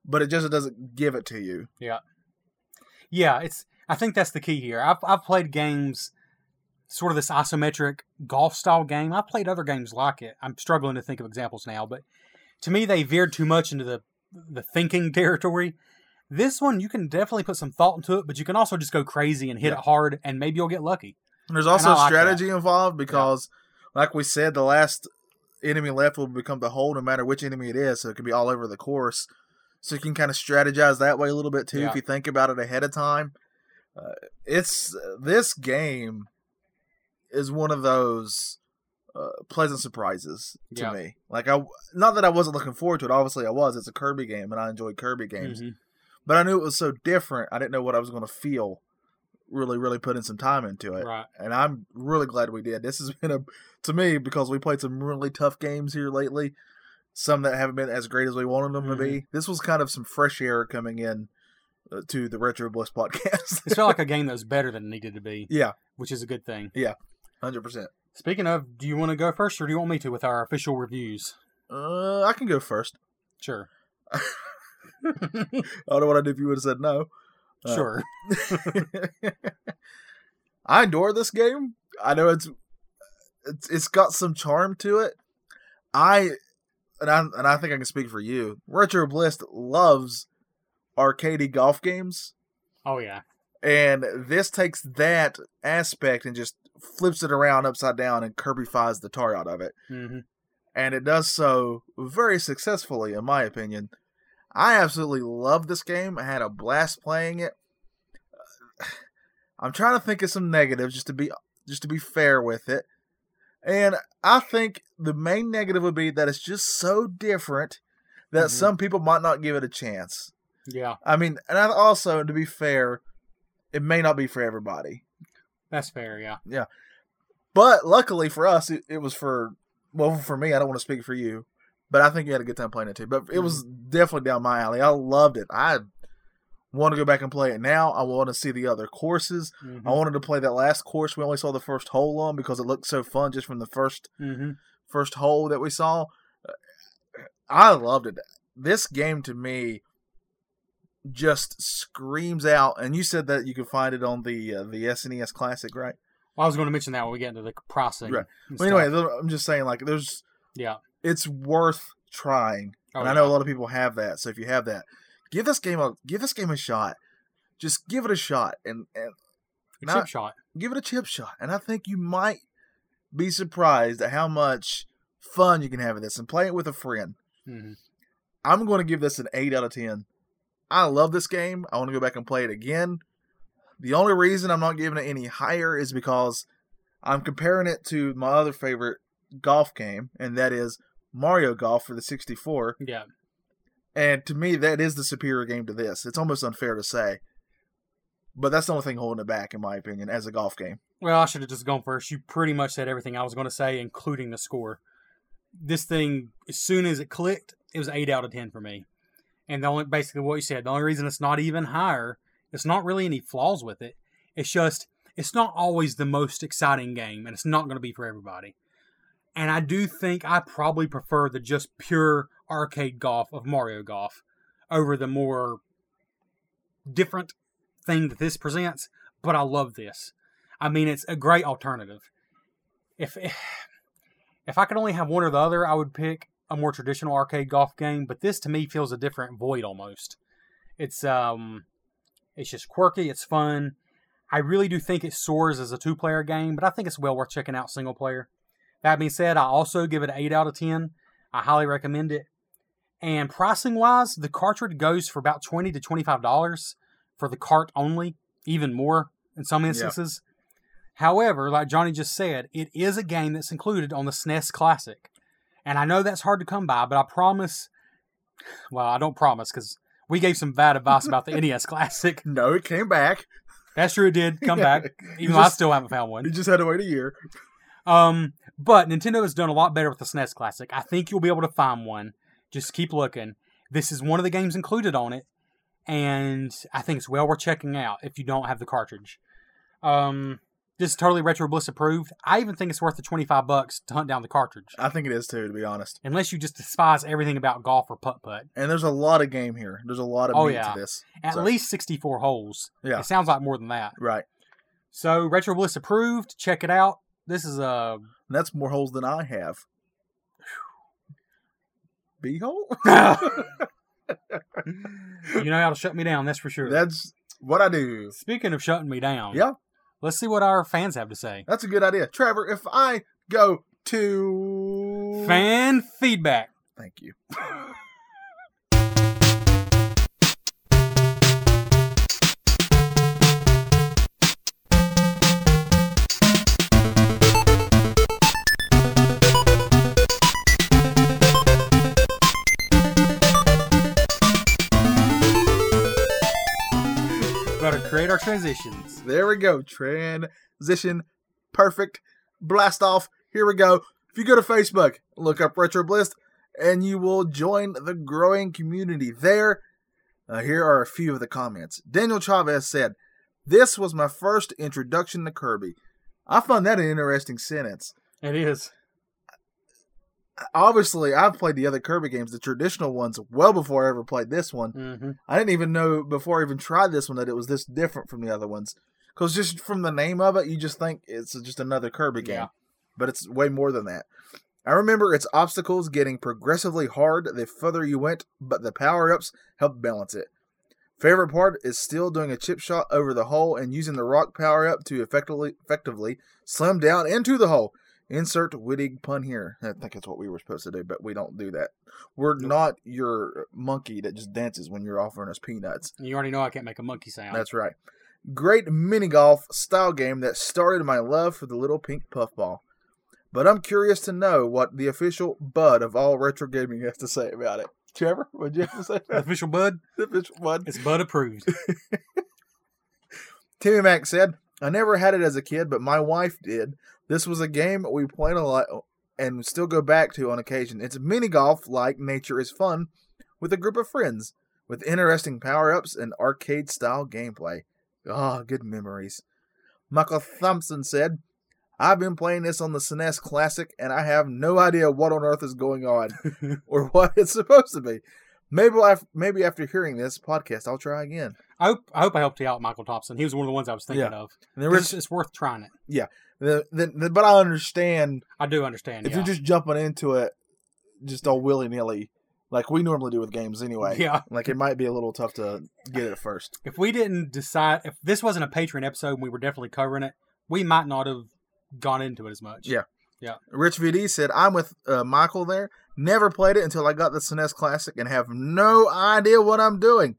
[SPEAKER 2] but it just doesn't give it to you.
[SPEAKER 3] Yeah, it's. I think that's the key here. I've I've played games, sort of this isometric golf style game. I've played other games like it. I'm struggling to think of examples now, but to me, they veered too much into the the thinking [laughs] territory. This one, you can definitely put some thought into it, but you can also just go crazy and hit
[SPEAKER 2] Yeah.
[SPEAKER 3] it hard, and maybe you'll get lucky.
[SPEAKER 2] And there's also
[SPEAKER 3] I like
[SPEAKER 2] strategy involved because, like we said, the last enemy left will become the hole no matter which enemy it is. So it could be all over the course. So you can kind of strategize that way a little bit too
[SPEAKER 3] Yeah.
[SPEAKER 2] if you think about it ahead of time. Uh, it's this game is one of those uh, pleasant surprises to
[SPEAKER 3] Yeah.
[SPEAKER 2] me. Like I, not that I wasn't looking forward to it. Obviously, I was. It's a Kirby game, and I enjoy Kirby games
[SPEAKER 3] Mhm.
[SPEAKER 2] but I knew it was so different. I didn't know what I was going to feel. Really, really putting some time into it,
[SPEAKER 3] Right.
[SPEAKER 2] and I'm really glad we did. This has been a to me because we played some really tough games here lately. Some that haven't been as great as we wanted them to be. This was kind of some fresh air coming in uh, to the Retro Bliss podcast.
[SPEAKER 3] It felt like a game that was better than it needed to be,
[SPEAKER 2] [laughs] yeah,
[SPEAKER 3] which is a good thing.
[SPEAKER 2] hundred percent.
[SPEAKER 3] Speaking of, do you want to go first, or do you want me to with our official reviews?
[SPEAKER 2] Uh, I can go first.
[SPEAKER 3] Sure.
[SPEAKER 2] I don't know what I'd do if you would have said no. Uh,
[SPEAKER 3] Sure.
[SPEAKER 2] [laughs] I adore this game. I know it's it's it's got some charm to it. I and I and I think I can speak for you. Retro Bliss loves arcadey golf games,
[SPEAKER 3] Oh yeah.
[SPEAKER 2] and this takes that aspect and just flips it around upside down and Kirbyfies the tar out of it
[SPEAKER 3] hmm
[SPEAKER 2] and it does so very successfully, in my opinion. I absolutely love this game. I had a blast playing it. I'm trying to think of some negatives just to be just to be fair with it. And I think the main negative would be that it's just so different that
[SPEAKER 3] Mhm.
[SPEAKER 2] some people might not give it a chance.
[SPEAKER 3] Yeah.
[SPEAKER 2] I mean, and I also to be fair, it may not be for everybody.
[SPEAKER 3] That's fair. Yeah.
[SPEAKER 2] But luckily for us, it, it was for well for me. I don't want to speak for you, but I think you had a good time playing it too. But it was definitely down my alley. I loved it. I want to go back and play it now. I want to see the other courses.
[SPEAKER 3] Mhm.
[SPEAKER 2] I wanted to play that last course we only saw the first hole on because it looked so fun just from the first
[SPEAKER 3] Mm-hmm.
[SPEAKER 2] first hole that we saw. Uh, I loved it. This game to me just screams out. And you said that you could find it on the uh, the SNES Classic, right?
[SPEAKER 3] Well, I was going to mention that when we get into the pricing.
[SPEAKER 2] Right.
[SPEAKER 3] and
[SPEAKER 2] Well, anyway,
[SPEAKER 3] stuff.
[SPEAKER 2] th- I'm just saying, like, there's,
[SPEAKER 3] Yeah.
[SPEAKER 2] it's worth trying,
[SPEAKER 3] Oh,
[SPEAKER 2] and I know a lot of people have that. So if you have that, give this game a give this game a shot. Just give it a shot, and and
[SPEAKER 3] yeah.
[SPEAKER 2] not-
[SPEAKER 3] chip shot.
[SPEAKER 2] give it a chip shot, and I think you might be surprised at how much fun you can have with this, and play it with a friend.
[SPEAKER 3] hmm
[SPEAKER 2] I'm going to give this an eight out of ten. I love this game. I want to go back and play it again. The only reason I'm not giving it any higher is because I'm comparing it to my other favorite golf game, and that is Mario Golf for the 64.
[SPEAKER 3] Yeah.
[SPEAKER 2] And to me, that is the superior game to this. It's almost unfair to say. But that's the only thing holding it back, in my opinion, as a golf game.
[SPEAKER 3] Well, I should have just gone first. You pretty much said everything I was going to say, including the score. This thing, as soon as it clicked, it was eight out of ten for me. And the only basically what you said, the only reason it's not even higher, it's not really any flaws with it. It's just it's not always the most exciting game, and it's not going to be for everybody. And I do think I probably prefer the just pure arcade golf of Mario Golf over the more different thing that this presents. But I love this. I mean, it's a great alternative. If if I could only have one or the other, I would pick a more traditional arcade golf game. But this to me feels a different void almost. It's um, it's just quirky. It's fun. I really do think it soars as a two-player game, but I think it's well worth checking out single player. That being said, I also give it an eight out of ten. I highly recommend it. And pricing wise, the cartridge goes for about twenty to twenty-five dollars for the cart only, even more in some instances. However, like Johnny just said, it is a game that's included on the SNES Classic. And I know that's hard to come by, but I promise. Well, I don't promise because we gave some bad advice about the NES Classic.
[SPEAKER 2] No, it came back.
[SPEAKER 3] That's true, it did come back,
[SPEAKER 2] [laughs] You
[SPEAKER 3] even though I
[SPEAKER 2] just-
[SPEAKER 3] still haven't found one.
[SPEAKER 2] You just had to wait a year.
[SPEAKER 3] Um, but Nintendo has done a lot better with the SNES Classic. I think you'll be able to find one. Just keep looking. This is one of the games included on it, and I think it's well worth checking out if you don't have the cartridge. Um, this is totally Retro Bliss approved. I even think it's worth the twenty five bucks to hunt down the cartridge,
[SPEAKER 2] I think it is too, to be honest.
[SPEAKER 3] unless you just despise everything about golf or putt putt.
[SPEAKER 2] And there's a lot of game here. There's a lot of
[SPEAKER 3] Oh,
[SPEAKER 2] meat
[SPEAKER 3] yeah.
[SPEAKER 2] to this.
[SPEAKER 3] At
[SPEAKER 2] So-
[SPEAKER 3] least sixty four holes.
[SPEAKER 2] Yeah.
[SPEAKER 3] It sounds like more than that.
[SPEAKER 2] Right.
[SPEAKER 3] So Retro Bliss approved. Check it out. This is a
[SPEAKER 2] And that's more holes than I have. B [laughs] hole?
[SPEAKER 3] [laughs] you know how to shut me down. That's for sure.
[SPEAKER 2] That's what I do.
[SPEAKER 3] Speaking of shutting me down,
[SPEAKER 2] Yeah.
[SPEAKER 3] Let's see what our fans have to say.
[SPEAKER 2] That's a good idea. Trevor, if I go to
[SPEAKER 3] Fan feedback.
[SPEAKER 2] Thank you. [laughs]
[SPEAKER 3] Gotta create our transitions.
[SPEAKER 2] There we go. Transition. Perfect. Blast off. Here we go. If you go to Facebook, look up Retro Bliss, and you will join the growing community there. Uh, here are a few of the comments. Daniel Chavez said, This was my first introduction to Kirby. I found that an interesting sentence.
[SPEAKER 3] It is.
[SPEAKER 2] Obviously, I've played the other Kirby games, the traditional ones, well before I ever played this one.
[SPEAKER 3] Mm-hmm.
[SPEAKER 2] I didn't even know before I even tried this one that it was this different from the other ones. Because just from the name of it, you just think it's just another Kirby game.
[SPEAKER 3] Yeah.
[SPEAKER 2] But it's way more than that. I remember its obstacles getting progressively hard the further you went, but the power ups helped balance it. Favorite part is still doing a chip shot over the hole and using the rock power up to effectively effectively slam down into the hole. Insert witty pun here. I think that's what we were supposed to do, but we don't do that. We're
[SPEAKER 3] Nope.
[SPEAKER 2] not your monkey that just dances when you're offering us peanuts.
[SPEAKER 3] You already know I can't make a monkey sound.
[SPEAKER 2] That's right. Great mini golf style game that started my love for the little pink puffball. But I'm curious to know what the official bud of all retro gaming has to say about it. Trevor, what'd you have to say about
[SPEAKER 3] official Bud.
[SPEAKER 2] the official bud?
[SPEAKER 3] It's Bud approved.
[SPEAKER 2] Timmy Mac said, I never had it as a kid, but my wife did. This was a game we played a lot and still go back to on occasion. It's mini golf like nature is fun with a group of friends with interesting power ups and arcade style gameplay. Ah, good memories. Michael Thompson said, I've been playing this on the SNES Classic and I have no idea what on earth is going on or what it's supposed to be. Maybe, af- maybe after hearing this podcast, I'll try again.
[SPEAKER 3] I hope I hope I helped you out, Michael Thompson. He was one of the ones I was thinking
[SPEAKER 2] Yeah.
[SPEAKER 3] of.
[SPEAKER 2] And there
[SPEAKER 3] It's,
[SPEAKER 2] was,
[SPEAKER 3] it's worth trying it.
[SPEAKER 2] the, the, the, but I understand
[SPEAKER 3] I do understand.
[SPEAKER 2] if
[SPEAKER 3] yeah.
[SPEAKER 2] you're just jumping into it just all willy nilly, like we normally do with games anyway,
[SPEAKER 3] yeah.
[SPEAKER 2] like it might be a little tough to get it at first.
[SPEAKER 3] If we didn't decide, if this wasn't a Patreon episode, and we were definitely covering it. We might not have gone into it as much.
[SPEAKER 2] Yeah. Rich VD said, I'm with uh, Michael there. Never played it until I got the SNES Classic and have no idea what I'm doing.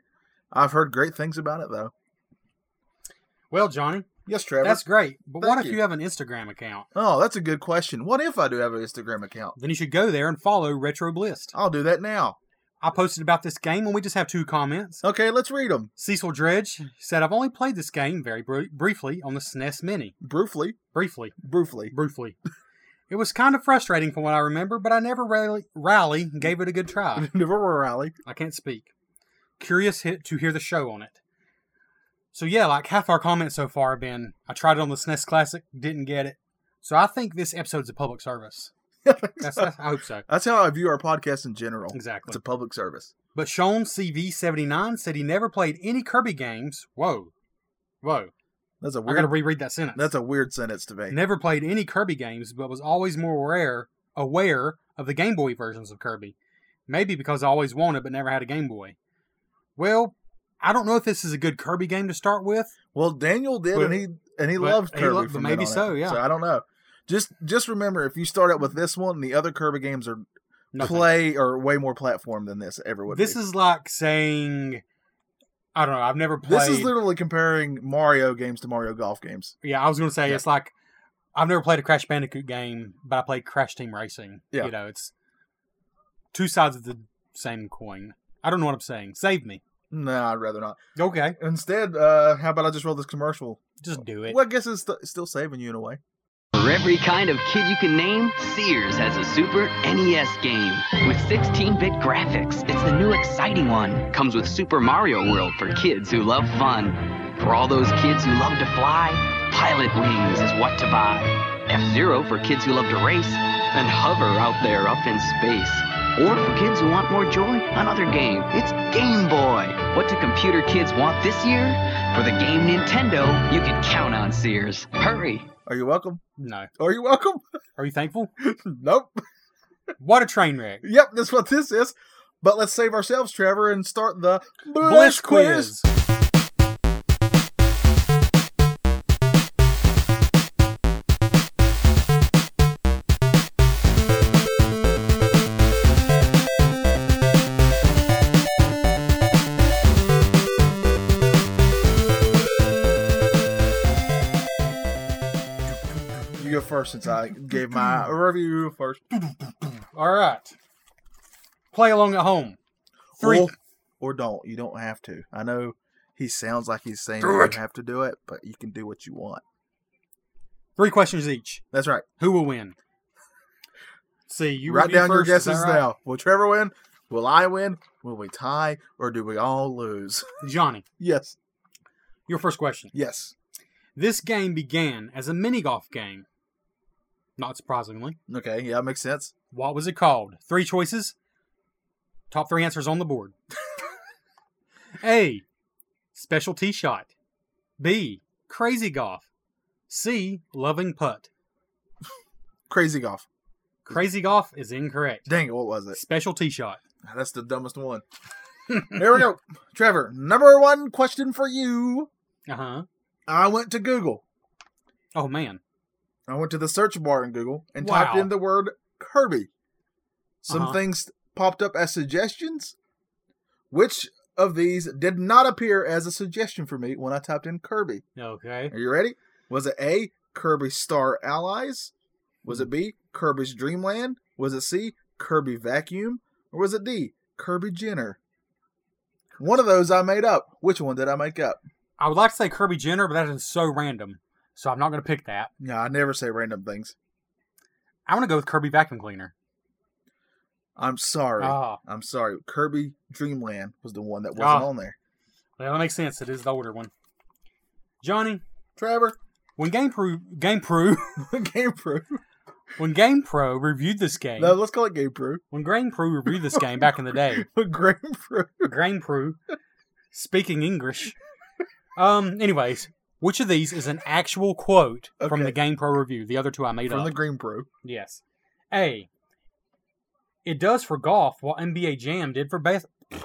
[SPEAKER 2] I've heard great things about it though.
[SPEAKER 3] Well, Johnny,
[SPEAKER 2] Yes, Trevor.
[SPEAKER 3] that's great. But what
[SPEAKER 2] Thank
[SPEAKER 3] if
[SPEAKER 2] you.
[SPEAKER 3] you have an Instagram account?
[SPEAKER 2] oh, that's a good question. What if I do have an Instagram account?
[SPEAKER 3] Then you should go there and follow Retro Blist.
[SPEAKER 2] I'll do that now.
[SPEAKER 3] I posted about this game, and we just have two comments.
[SPEAKER 2] Okay, let's read them
[SPEAKER 3] Cecil Dredge said, "I've only played this game very br- briefly on the SNES Mini.
[SPEAKER 2] briefly.
[SPEAKER 3] Briefly,
[SPEAKER 2] Briefly. [laughs]
[SPEAKER 3] briefly. it was kind of frustrating from what I remember, but I never rally, rally gave it a good try.
[SPEAKER 2] Never rally.
[SPEAKER 3] I can't speak. Curious hit to hear the show on it. So yeah, like half our comments so far have been I tried it on the SNES Classic, didn't get it. So I think this episode's a public
[SPEAKER 2] [laughs]
[SPEAKER 3] service. That's, that's I hope so.
[SPEAKER 2] That's how I view our podcast in general.
[SPEAKER 3] Exactly.
[SPEAKER 2] It's a public service.
[SPEAKER 3] But Sean CV79 said he never played any Kirby games. Whoa. Whoa.
[SPEAKER 2] That's a
[SPEAKER 3] I gotta
[SPEAKER 2] weird.
[SPEAKER 3] reread that sentence.
[SPEAKER 2] That's a weird sentence to me.
[SPEAKER 3] Never played any Kirby games, but was always more rare, aware of the Game Boy versions of Kirby. Maybe because I always wanted but never had a Game Boy. Well, I don't know if this is a good Kirby game to start with.
[SPEAKER 2] Well, Daniel did,
[SPEAKER 3] But-
[SPEAKER 2] and he and he
[SPEAKER 3] but
[SPEAKER 2] loved
[SPEAKER 3] he
[SPEAKER 2] Kirby.
[SPEAKER 3] loved-
[SPEAKER 2] from
[SPEAKER 3] but maybe
[SPEAKER 2] then on
[SPEAKER 3] so,
[SPEAKER 2] out.
[SPEAKER 3] yeah.
[SPEAKER 2] So I don't know. Just just remember, if you start out with this one, the other Kirby games are
[SPEAKER 3] Nothing.
[SPEAKER 2] play or way more platform than this ever would.
[SPEAKER 3] This
[SPEAKER 2] be.
[SPEAKER 3] is like saying, I don't know. I've never played.
[SPEAKER 2] this is literally comparing Mario games to Mario golf games.
[SPEAKER 3] yeah, I was gonna say
[SPEAKER 2] Yeah.
[SPEAKER 3] it's like I've never played a Crash Bandicoot game, but I played Crash Team Racing.
[SPEAKER 2] Yeah.
[SPEAKER 3] you know, it's two sides of the same coin. I don't know what I'm saying. Save me.
[SPEAKER 2] No, I'd rather not.
[SPEAKER 3] Okay,
[SPEAKER 2] Instead, uh, how about I just roll this commercial?
[SPEAKER 3] just do it.
[SPEAKER 2] Well, I guess it's st- still saving you in a way.
[SPEAKER 4] For every kind of kid you can name, Sears has a Super NES game with 16-bit graphics. It's the new exciting one. Comes with Super Mario World for kids who love fun. For all those kids who love to fly, Pilot Wings is what to buy. F-Zero for kids who love to race and hover out there up in space. Or for kids who want more joy, another game. It's Game Boy. What do computer kids want this year? For the game Nintendo, you can count on Sears. Hurry!
[SPEAKER 2] Are you welcome?
[SPEAKER 3] No,
[SPEAKER 2] Are you welcome? [laughs]
[SPEAKER 3] are you thankful?
[SPEAKER 2] nope. [laughs]
[SPEAKER 3] What a train wreck!
[SPEAKER 2] Yep, that's what this is. But let's save ourselves, Trevor, and start the
[SPEAKER 3] Bliss quiz.
[SPEAKER 2] You go first since I gave
[SPEAKER 3] [clears throat]
[SPEAKER 2] my review first.
[SPEAKER 3] All right, play along at home. Three.
[SPEAKER 2] Or, or don't. You don't have to. I know he sounds like he's saying
[SPEAKER 1] Do
[SPEAKER 2] you
[SPEAKER 1] it.
[SPEAKER 2] have to do it, but you can do what you want.
[SPEAKER 3] Three questions each.
[SPEAKER 2] That's right.
[SPEAKER 3] Who will win? See, you
[SPEAKER 2] Write
[SPEAKER 3] ready
[SPEAKER 2] down your
[SPEAKER 3] first, is that
[SPEAKER 2] guesses
[SPEAKER 3] right?
[SPEAKER 2] now. Will Trevor win? Will I win? Will we tie? Or do we all lose? [laughs]
[SPEAKER 3] Johnny,
[SPEAKER 2] yes.
[SPEAKER 3] your first question.
[SPEAKER 2] Yes.
[SPEAKER 3] This game began as a mini golf game. Not surprisingly.
[SPEAKER 2] Okay. Yeah, makes sense.
[SPEAKER 3] What was it called? Three choices. Top three answers on the board. [laughs] a. Special tee shot. B. Crazy golf. C. Loving putt.
[SPEAKER 2] Crazy golf.
[SPEAKER 3] Crazy golf is incorrect.
[SPEAKER 2] Dang it. What was it?
[SPEAKER 3] Special tee shot.
[SPEAKER 2] That's the dumbest
[SPEAKER 3] [laughs]
[SPEAKER 2] one. Here we go. Trevor, number one question for you.
[SPEAKER 3] Uh huh.
[SPEAKER 2] I went to Google.
[SPEAKER 3] Oh man.
[SPEAKER 2] I went to the search bar in Google and
[SPEAKER 3] Wow.
[SPEAKER 2] typed in the word Kirby. Some
[SPEAKER 3] Uh-huh.
[SPEAKER 2] things popped up as suggestions. Which of these did not appear as a suggestion for me when I typed in Kirby?
[SPEAKER 3] Okay.
[SPEAKER 2] Are you ready? Was it A, Kirby Star Allies? Was it B, Kirby's Dreamland? Was it C, Kirby Vacuum? Or was it D, Kirby Jenner? One of those I made up. Which one did I make up?
[SPEAKER 3] I would like to say Kirby Jenner, but that is so random. So I'm not going to pick that.
[SPEAKER 2] No, I never say random things.
[SPEAKER 3] I'm going to go with Kirby vacuum cleaner.
[SPEAKER 2] I'm sorry.
[SPEAKER 3] Ah,
[SPEAKER 2] I'm sorry. Kirby Dreamland was the one that wasn't
[SPEAKER 3] Ah.
[SPEAKER 2] on there.
[SPEAKER 3] well, that makes sense. It is the older one. Johnny,
[SPEAKER 2] Trevor, [laughs]
[SPEAKER 3] when GamePro GamePro [laughs]
[SPEAKER 2] GamePro.
[SPEAKER 3] when GamePro reviewed this game,
[SPEAKER 2] No, let's call it [laughs] GamePro.
[SPEAKER 3] when GamePro reviewed this game back in
[SPEAKER 2] [laughs]
[SPEAKER 3] the day,
[SPEAKER 2] GamePro.
[SPEAKER 3] GamePro speaking English. Um. Anyways, which of these is an actual quote from the GamePro review? The other two I made
[SPEAKER 2] From
[SPEAKER 3] up.
[SPEAKER 2] the Green Pro.
[SPEAKER 3] yes. A. It does for golf what NBA Jam did for bas- [laughs] I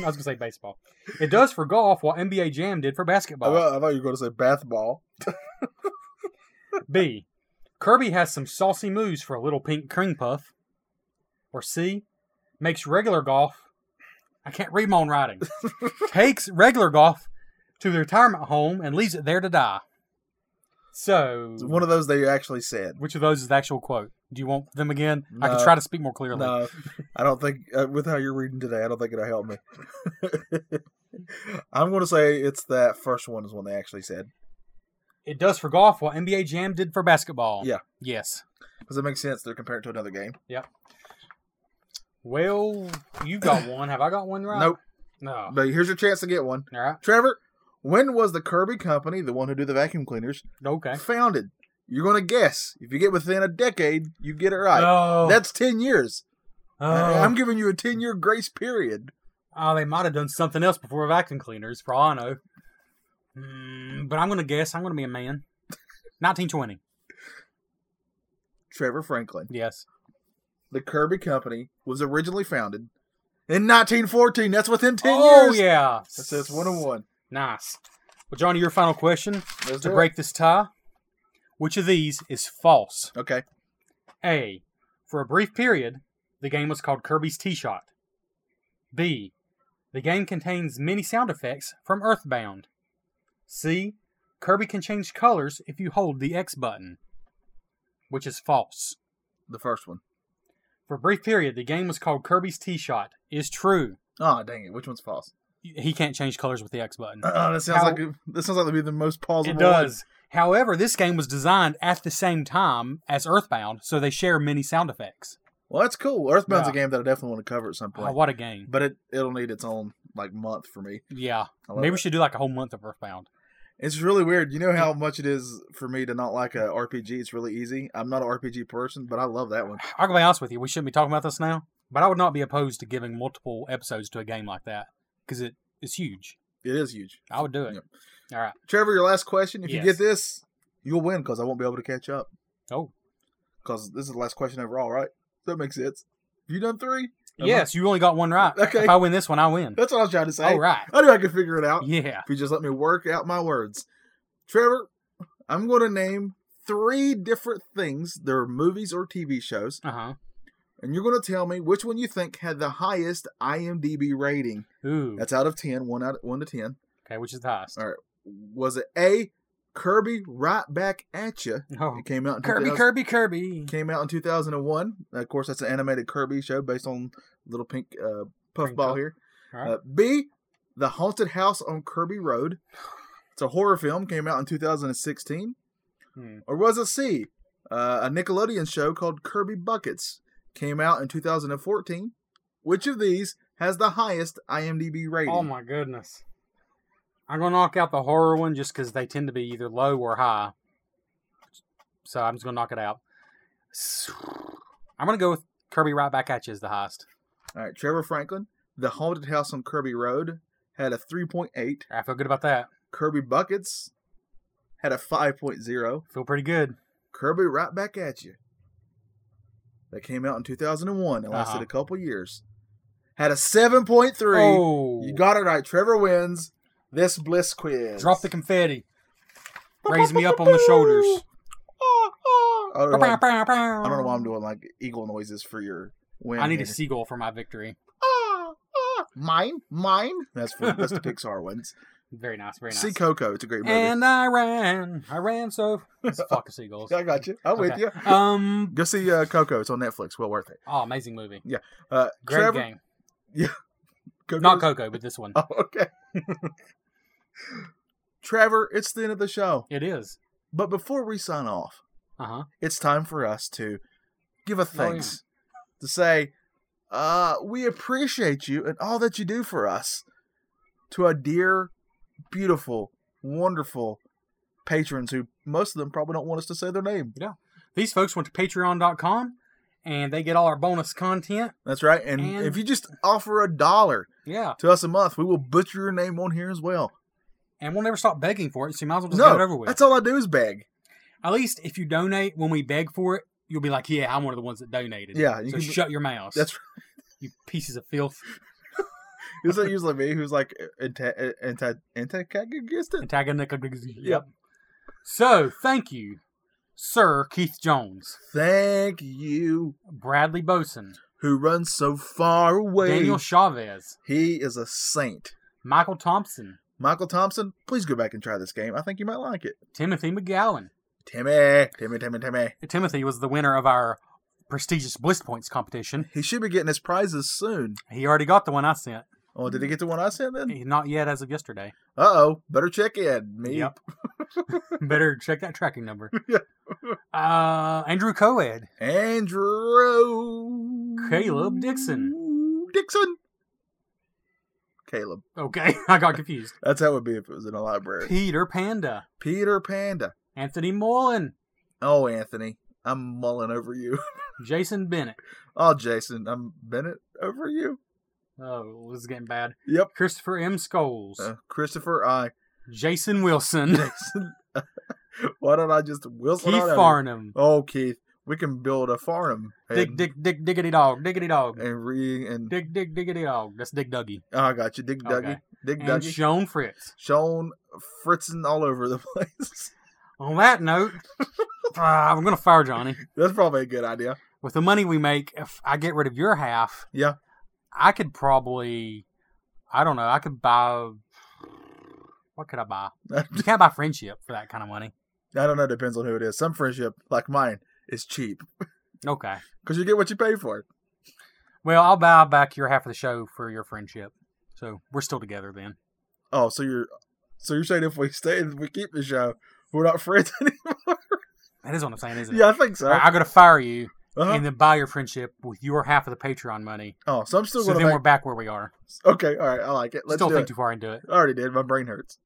[SPEAKER 3] was gonna say baseball. It does for golf what NBA Jam did for
[SPEAKER 2] I,
[SPEAKER 3] basketball.
[SPEAKER 2] thought- I thought you were going to say bath ball.
[SPEAKER 3] B. Kirby has some saucy moves for a little pink cream puff. Or C. Makes regular golf. I can't read my own
[SPEAKER 2] [laughs]
[SPEAKER 3] writing. takes regular golf to the retirement home and leaves it there to die. So,
[SPEAKER 2] It's one of those they actually said.
[SPEAKER 3] which of those is the actual quote? Do you want them again? I can
[SPEAKER 2] No.
[SPEAKER 3] try to speak more clearly.
[SPEAKER 2] No, I don't think uh, with how you're reading today, I don't think it'll help me. [laughs] I'm going to say it's that first one is one they actually said
[SPEAKER 3] It does for golf what NBA Jam did for basketball.
[SPEAKER 2] Yeah.
[SPEAKER 3] Yes.
[SPEAKER 2] because it makes sense. They're compared to another game.
[SPEAKER 3] Well,
[SPEAKER 2] [coughs]
[SPEAKER 3] you got one. Have I got one right?
[SPEAKER 2] Nope.
[SPEAKER 3] No.
[SPEAKER 2] But here's your chance to get one,
[SPEAKER 3] All right.
[SPEAKER 2] Trevor. When was the Kirby Company, the one who do the vacuum cleaners,
[SPEAKER 3] Okay.
[SPEAKER 2] founded? You're going to guess. If you get within a decade, you get it right.
[SPEAKER 3] Oh,
[SPEAKER 2] That's ten years.
[SPEAKER 3] oh,
[SPEAKER 2] I- I'm giving you a ten year grace period.
[SPEAKER 3] oh, they might have done something else before vacuum cleaners, for all I know. Mm, but I'm going to guess. I'm going to be a man. 1920.
[SPEAKER 2] Trevor Franklin.
[SPEAKER 3] Yes.
[SPEAKER 2] The Kirby Company was originally founded in 1914. That's within 10
[SPEAKER 3] oh,
[SPEAKER 2] years.
[SPEAKER 3] yeah.
[SPEAKER 2] That's, that's one on one.
[SPEAKER 3] Nice. Well, Johnny, your final question
[SPEAKER 2] Let's
[SPEAKER 3] to
[SPEAKER 2] do it.
[SPEAKER 3] break this tie. Which of these is false?
[SPEAKER 2] Okay.
[SPEAKER 3] A. For a brief period, the game was called Kirby's Tee Shot. B. The game contains many sound effects from Earthbound. C. Kirby can change colors if you hold the X button, which is false.
[SPEAKER 2] The first one.
[SPEAKER 3] For a brief period, the game was called Kirby's Tee Shot. Is true.
[SPEAKER 2] Oh, dang it. Which one's false? [clears throat]
[SPEAKER 3] He can't change colors with the X button.
[SPEAKER 2] Uh, that sounds
[SPEAKER 3] How-
[SPEAKER 2] like that sounds like it'd be the most plausible.
[SPEAKER 3] It
[SPEAKER 2] one.
[SPEAKER 3] does. However, this game was designed at the same time as Earthbound, so they share many sound effects.
[SPEAKER 2] Well, that's cool. Earthbound's a
[SPEAKER 3] Yeah.
[SPEAKER 2] game that I definitely want to cover at some
[SPEAKER 3] Oh,
[SPEAKER 2] point.
[SPEAKER 3] what a game.
[SPEAKER 2] but it it'll need its own like month for me.
[SPEAKER 3] Yeah.
[SPEAKER 2] I love
[SPEAKER 3] Maybe we
[SPEAKER 2] it.
[SPEAKER 3] should do like a whole month of Earthbound.
[SPEAKER 2] It's really weird. You know how much it is for me to not like a RPG. It's really easy. I'm not an RPG person, but I love that one.
[SPEAKER 3] I can be honest with you, we shouldn't be talking about this now, but I would not be opposed to giving multiple episodes to a game like that because it is huge.
[SPEAKER 2] It is huge.
[SPEAKER 3] I would do it.
[SPEAKER 2] Yep.
[SPEAKER 3] All right.
[SPEAKER 2] Trevor, your last question. If you
[SPEAKER 3] Yes.
[SPEAKER 2] get this, you'll win because I won't be able to catch up.
[SPEAKER 3] Oh,
[SPEAKER 2] Because this is the last question overall, right? That makes sense. You done three? Am I-
[SPEAKER 3] yes, you only got one right.
[SPEAKER 2] [laughs] Okay.
[SPEAKER 3] If I win this one, I win.
[SPEAKER 2] That's Uh-huh. what I was trying to say.
[SPEAKER 3] Ah, oh. All right.
[SPEAKER 2] I knew I could figure it out.
[SPEAKER 3] Yeah.
[SPEAKER 2] if you just let me work out my words. Trevor, I'm going to name three different things. They're movies or TV shows.
[SPEAKER 3] Uh huh.
[SPEAKER 2] And you're going to tell me which one you think had the highest IMDb rating.
[SPEAKER 3] Ooh.
[SPEAKER 2] That's out of 10, 1, out, 1 to 10.
[SPEAKER 3] okay, which is the highest?
[SPEAKER 2] All Was it A, Kirby Right Back at You?
[SPEAKER 3] Oh.
[SPEAKER 2] It came out in
[SPEAKER 3] Kirby,
[SPEAKER 2] 2000
[SPEAKER 3] Kirby, Kirby.
[SPEAKER 2] Came out in 2001. Of course, that's an animated Kirby show based on Little Pink uh, Puffball
[SPEAKER 3] Puff.
[SPEAKER 2] here.
[SPEAKER 3] All right.
[SPEAKER 2] Uh, B, The Haunted House on Kirby Road. It's a horror film, came out in 2016.
[SPEAKER 3] Hmm.
[SPEAKER 2] Or was it C, uh, a Nickelodeon show called Kirby Buckets? Came out in 2014. Which of these has the highest IMDb rating?
[SPEAKER 3] Oh my goodness. I'm gonna knock out the horror one just because they tend to be either low or high. So I'm just gonna knock it out. [sighs] S- I'm gonna go with Kirby right back at you as the highest.
[SPEAKER 2] All right, Trevor Franklin, The Haunted House on Kirby Road had a 3.8.
[SPEAKER 3] I feel good about that.
[SPEAKER 2] Kirby Buckets had a 5.0.
[SPEAKER 3] Feel pretty good.
[SPEAKER 2] Kirby Right Back at You. That came out in 2001 and lasted
[SPEAKER 3] Uh-huh.
[SPEAKER 2] a couple years. Had a 7.3.
[SPEAKER 3] Oh,
[SPEAKER 2] You got it right. Trevor wins this bliss quiz.
[SPEAKER 3] drop the confetti. Raise me up on the shoulders.
[SPEAKER 2] [laughs] I don't, know why, I
[SPEAKER 3] I
[SPEAKER 2] don't know why I'm doing like eagle noises for your win.
[SPEAKER 3] I need a
[SPEAKER 2] here.
[SPEAKER 3] seagull for my victory.
[SPEAKER 2] [laughs] mine, mine. That's for, that's the
[SPEAKER 3] [laughs]
[SPEAKER 2] Pixar ones.
[SPEAKER 3] Very nice, very nice.
[SPEAKER 2] See Coco. It's a great movie. [laughs]
[SPEAKER 3] and I ran, I ran so. It's fuck seagulls.
[SPEAKER 2] I got you. I'm with
[SPEAKER 3] Okay.
[SPEAKER 2] you.
[SPEAKER 3] Um,
[SPEAKER 2] Go see uh, Coco. It's on Netflix. Well worth it.
[SPEAKER 3] oh, amazing movie.
[SPEAKER 2] Uh,
[SPEAKER 3] Great
[SPEAKER 2] Trevor,
[SPEAKER 3] game.
[SPEAKER 2] Coco's-
[SPEAKER 3] Not Coco, but this one.
[SPEAKER 2] [laughs] Oh, okay.
[SPEAKER 3] [laughs]
[SPEAKER 2] Trevor, it's the end of the show.
[SPEAKER 3] It is.
[SPEAKER 2] But before we sign off,
[SPEAKER 3] Uh huh.
[SPEAKER 2] it's time for us to give a
[SPEAKER 3] Oh, yeah.
[SPEAKER 2] thanks to say uh, we appreciate you and all that you do for us to our dear, beautiful, wonderful patrons who most of them probably don't want us to say their name.
[SPEAKER 3] These folks went to patreon.com and they get all our bonus content.
[SPEAKER 2] That's right. And,
[SPEAKER 3] And-
[SPEAKER 2] if you just offer a dollar
[SPEAKER 3] Yeah.
[SPEAKER 2] to us a month, we will butcher your name on here as well.
[SPEAKER 3] And we'll never stop begging for it, so you might as well just get it over
[SPEAKER 2] No,
[SPEAKER 3] with.
[SPEAKER 2] that's all I do is beg.
[SPEAKER 3] At least if you donate when we beg for it, you'll be like, yeah, I'm one of the ones that donated.
[SPEAKER 2] Yeah, you
[SPEAKER 3] You so
[SPEAKER 2] can-
[SPEAKER 3] shut your mouth.
[SPEAKER 2] That's
[SPEAKER 3] [laughs]
[SPEAKER 2] [laughs]
[SPEAKER 3] You pieces of filth.
[SPEAKER 2] Is that usually me who's like anti anti anti against it?
[SPEAKER 3] Antagonistic. Yep. So, thank you, Sir Keith Jones,
[SPEAKER 2] Thank you,
[SPEAKER 3] Bradley Boson,
[SPEAKER 2] who runs so far away.
[SPEAKER 3] Daniel Chavez,
[SPEAKER 2] he is a saint.
[SPEAKER 3] Michael Thompson,
[SPEAKER 2] Michael Thompson, please go back and try this game. I think you might like it.
[SPEAKER 3] Timothy McGowan,
[SPEAKER 2] Timmy, Timmy, Timmy, Timmy.
[SPEAKER 3] Timothy was the winner of our prestigious Bliss Points competition.
[SPEAKER 2] He should be getting his prizes soon.
[SPEAKER 3] He already got the one I sent.
[SPEAKER 2] Oh, did he get the one I sent then?
[SPEAKER 3] Not yet as
[SPEAKER 2] [laughs]
[SPEAKER 3] of yesterday.
[SPEAKER 2] Uh oh, better check in. Me.
[SPEAKER 3] Yep. Better check that tracking number.
[SPEAKER 2] Yeah.
[SPEAKER 3] Uh, Andrew Coed.
[SPEAKER 2] Andrew.
[SPEAKER 3] Caleb Dixon.
[SPEAKER 2] Dixon. Caleb.
[SPEAKER 3] Okay, [laughs] I got confused.
[SPEAKER 2] That's how it would be if it was in a library.
[SPEAKER 3] Peter Panda.
[SPEAKER 2] Peter Panda.
[SPEAKER 3] Anthony Mullen.
[SPEAKER 2] Oh, Anthony. I'm mulling over you. [laughs]
[SPEAKER 3] Jason Bennett.
[SPEAKER 2] Oh, Jason. I'm Bennett over you.
[SPEAKER 3] Oh, this is getting bad.
[SPEAKER 2] Yep.
[SPEAKER 3] Christopher M. Scholes.
[SPEAKER 2] Uh, Christopher I.
[SPEAKER 3] Jason
[SPEAKER 2] [laughs]
[SPEAKER 3] Wilson.
[SPEAKER 2] Jason. Why don't I just Wilson?
[SPEAKER 3] Keith
[SPEAKER 2] on over?
[SPEAKER 3] Farnham.
[SPEAKER 2] Oh, Keith. We can build a farm.
[SPEAKER 3] Dig, dig, dig, diggity dog. Diggity dog.
[SPEAKER 2] And re and
[SPEAKER 3] Dig, dig, diggity dog. That's Dig Dougie.
[SPEAKER 2] oh, I got you. Dig Dougie.
[SPEAKER 3] Okay.
[SPEAKER 2] Dig
[SPEAKER 3] And
[SPEAKER 2] Dougie.
[SPEAKER 3] Sean Fritz.
[SPEAKER 2] Sean fritzing all over the [laughs] place.
[SPEAKER 3] On that
[SPEAKER 2] [laughs]
[SPEAKER 3] note, uh, I'm going to fire Johnny.
[SPEAKER 2] That's probably a good idea. [laughs]
[SPEAKER 3] With the money we make, if I get rid of your half,
[SPEAKER 2] Yeah.
[SPEAKER 3] I could probably, I don't know, I could buy. What could I buy?
[SPEAKER 2] I
[SPEAKER 3] You can't buy friendship for that kind of money.
[SPEAKER 2] don't know. Depends on who it is. Some friendship, like mine, is cheap
[SPEAKER 3] Okay.
[SPEAKER 2] because you get what you pay for.
[SPEAKER 3] Well, I'll buy back your half of the show for your friendship. So we're still together then.
[SPEAKER 2] Oh, so you're, so you're saying if we stay, if we keep the show, we're not friends [laughs]
[SPEAKER 3] [laughs]
[SPEAKER 2] anymore?
[SPEAKER 3] That is what I'm saying, isn't it?
[SPEAKER 2] yeah, I think so.
[SPEAKER 3] All right, I'm going to fire you
[SPEAKER 2] Uh-huh.
[SPEAKER 3] and then buy your friendship with your half of the Patreon money.
[SPEAKER 2] oh, so I'm still
[SPEAKER 3] So then
[SPEAKER 2] gonna.
[SPEAKER 3] we're back where we are.
[SPEAKER 2] Make, okay, all right, I like it. Let's
[SPEAKER 3] still
[SPEAKER 2] do
[SPEAKER 3] think
[SPEAKER 2] it.
[SPEAKER 3] too far into it.
[SPEAKER 2] I already did. My brain hurts.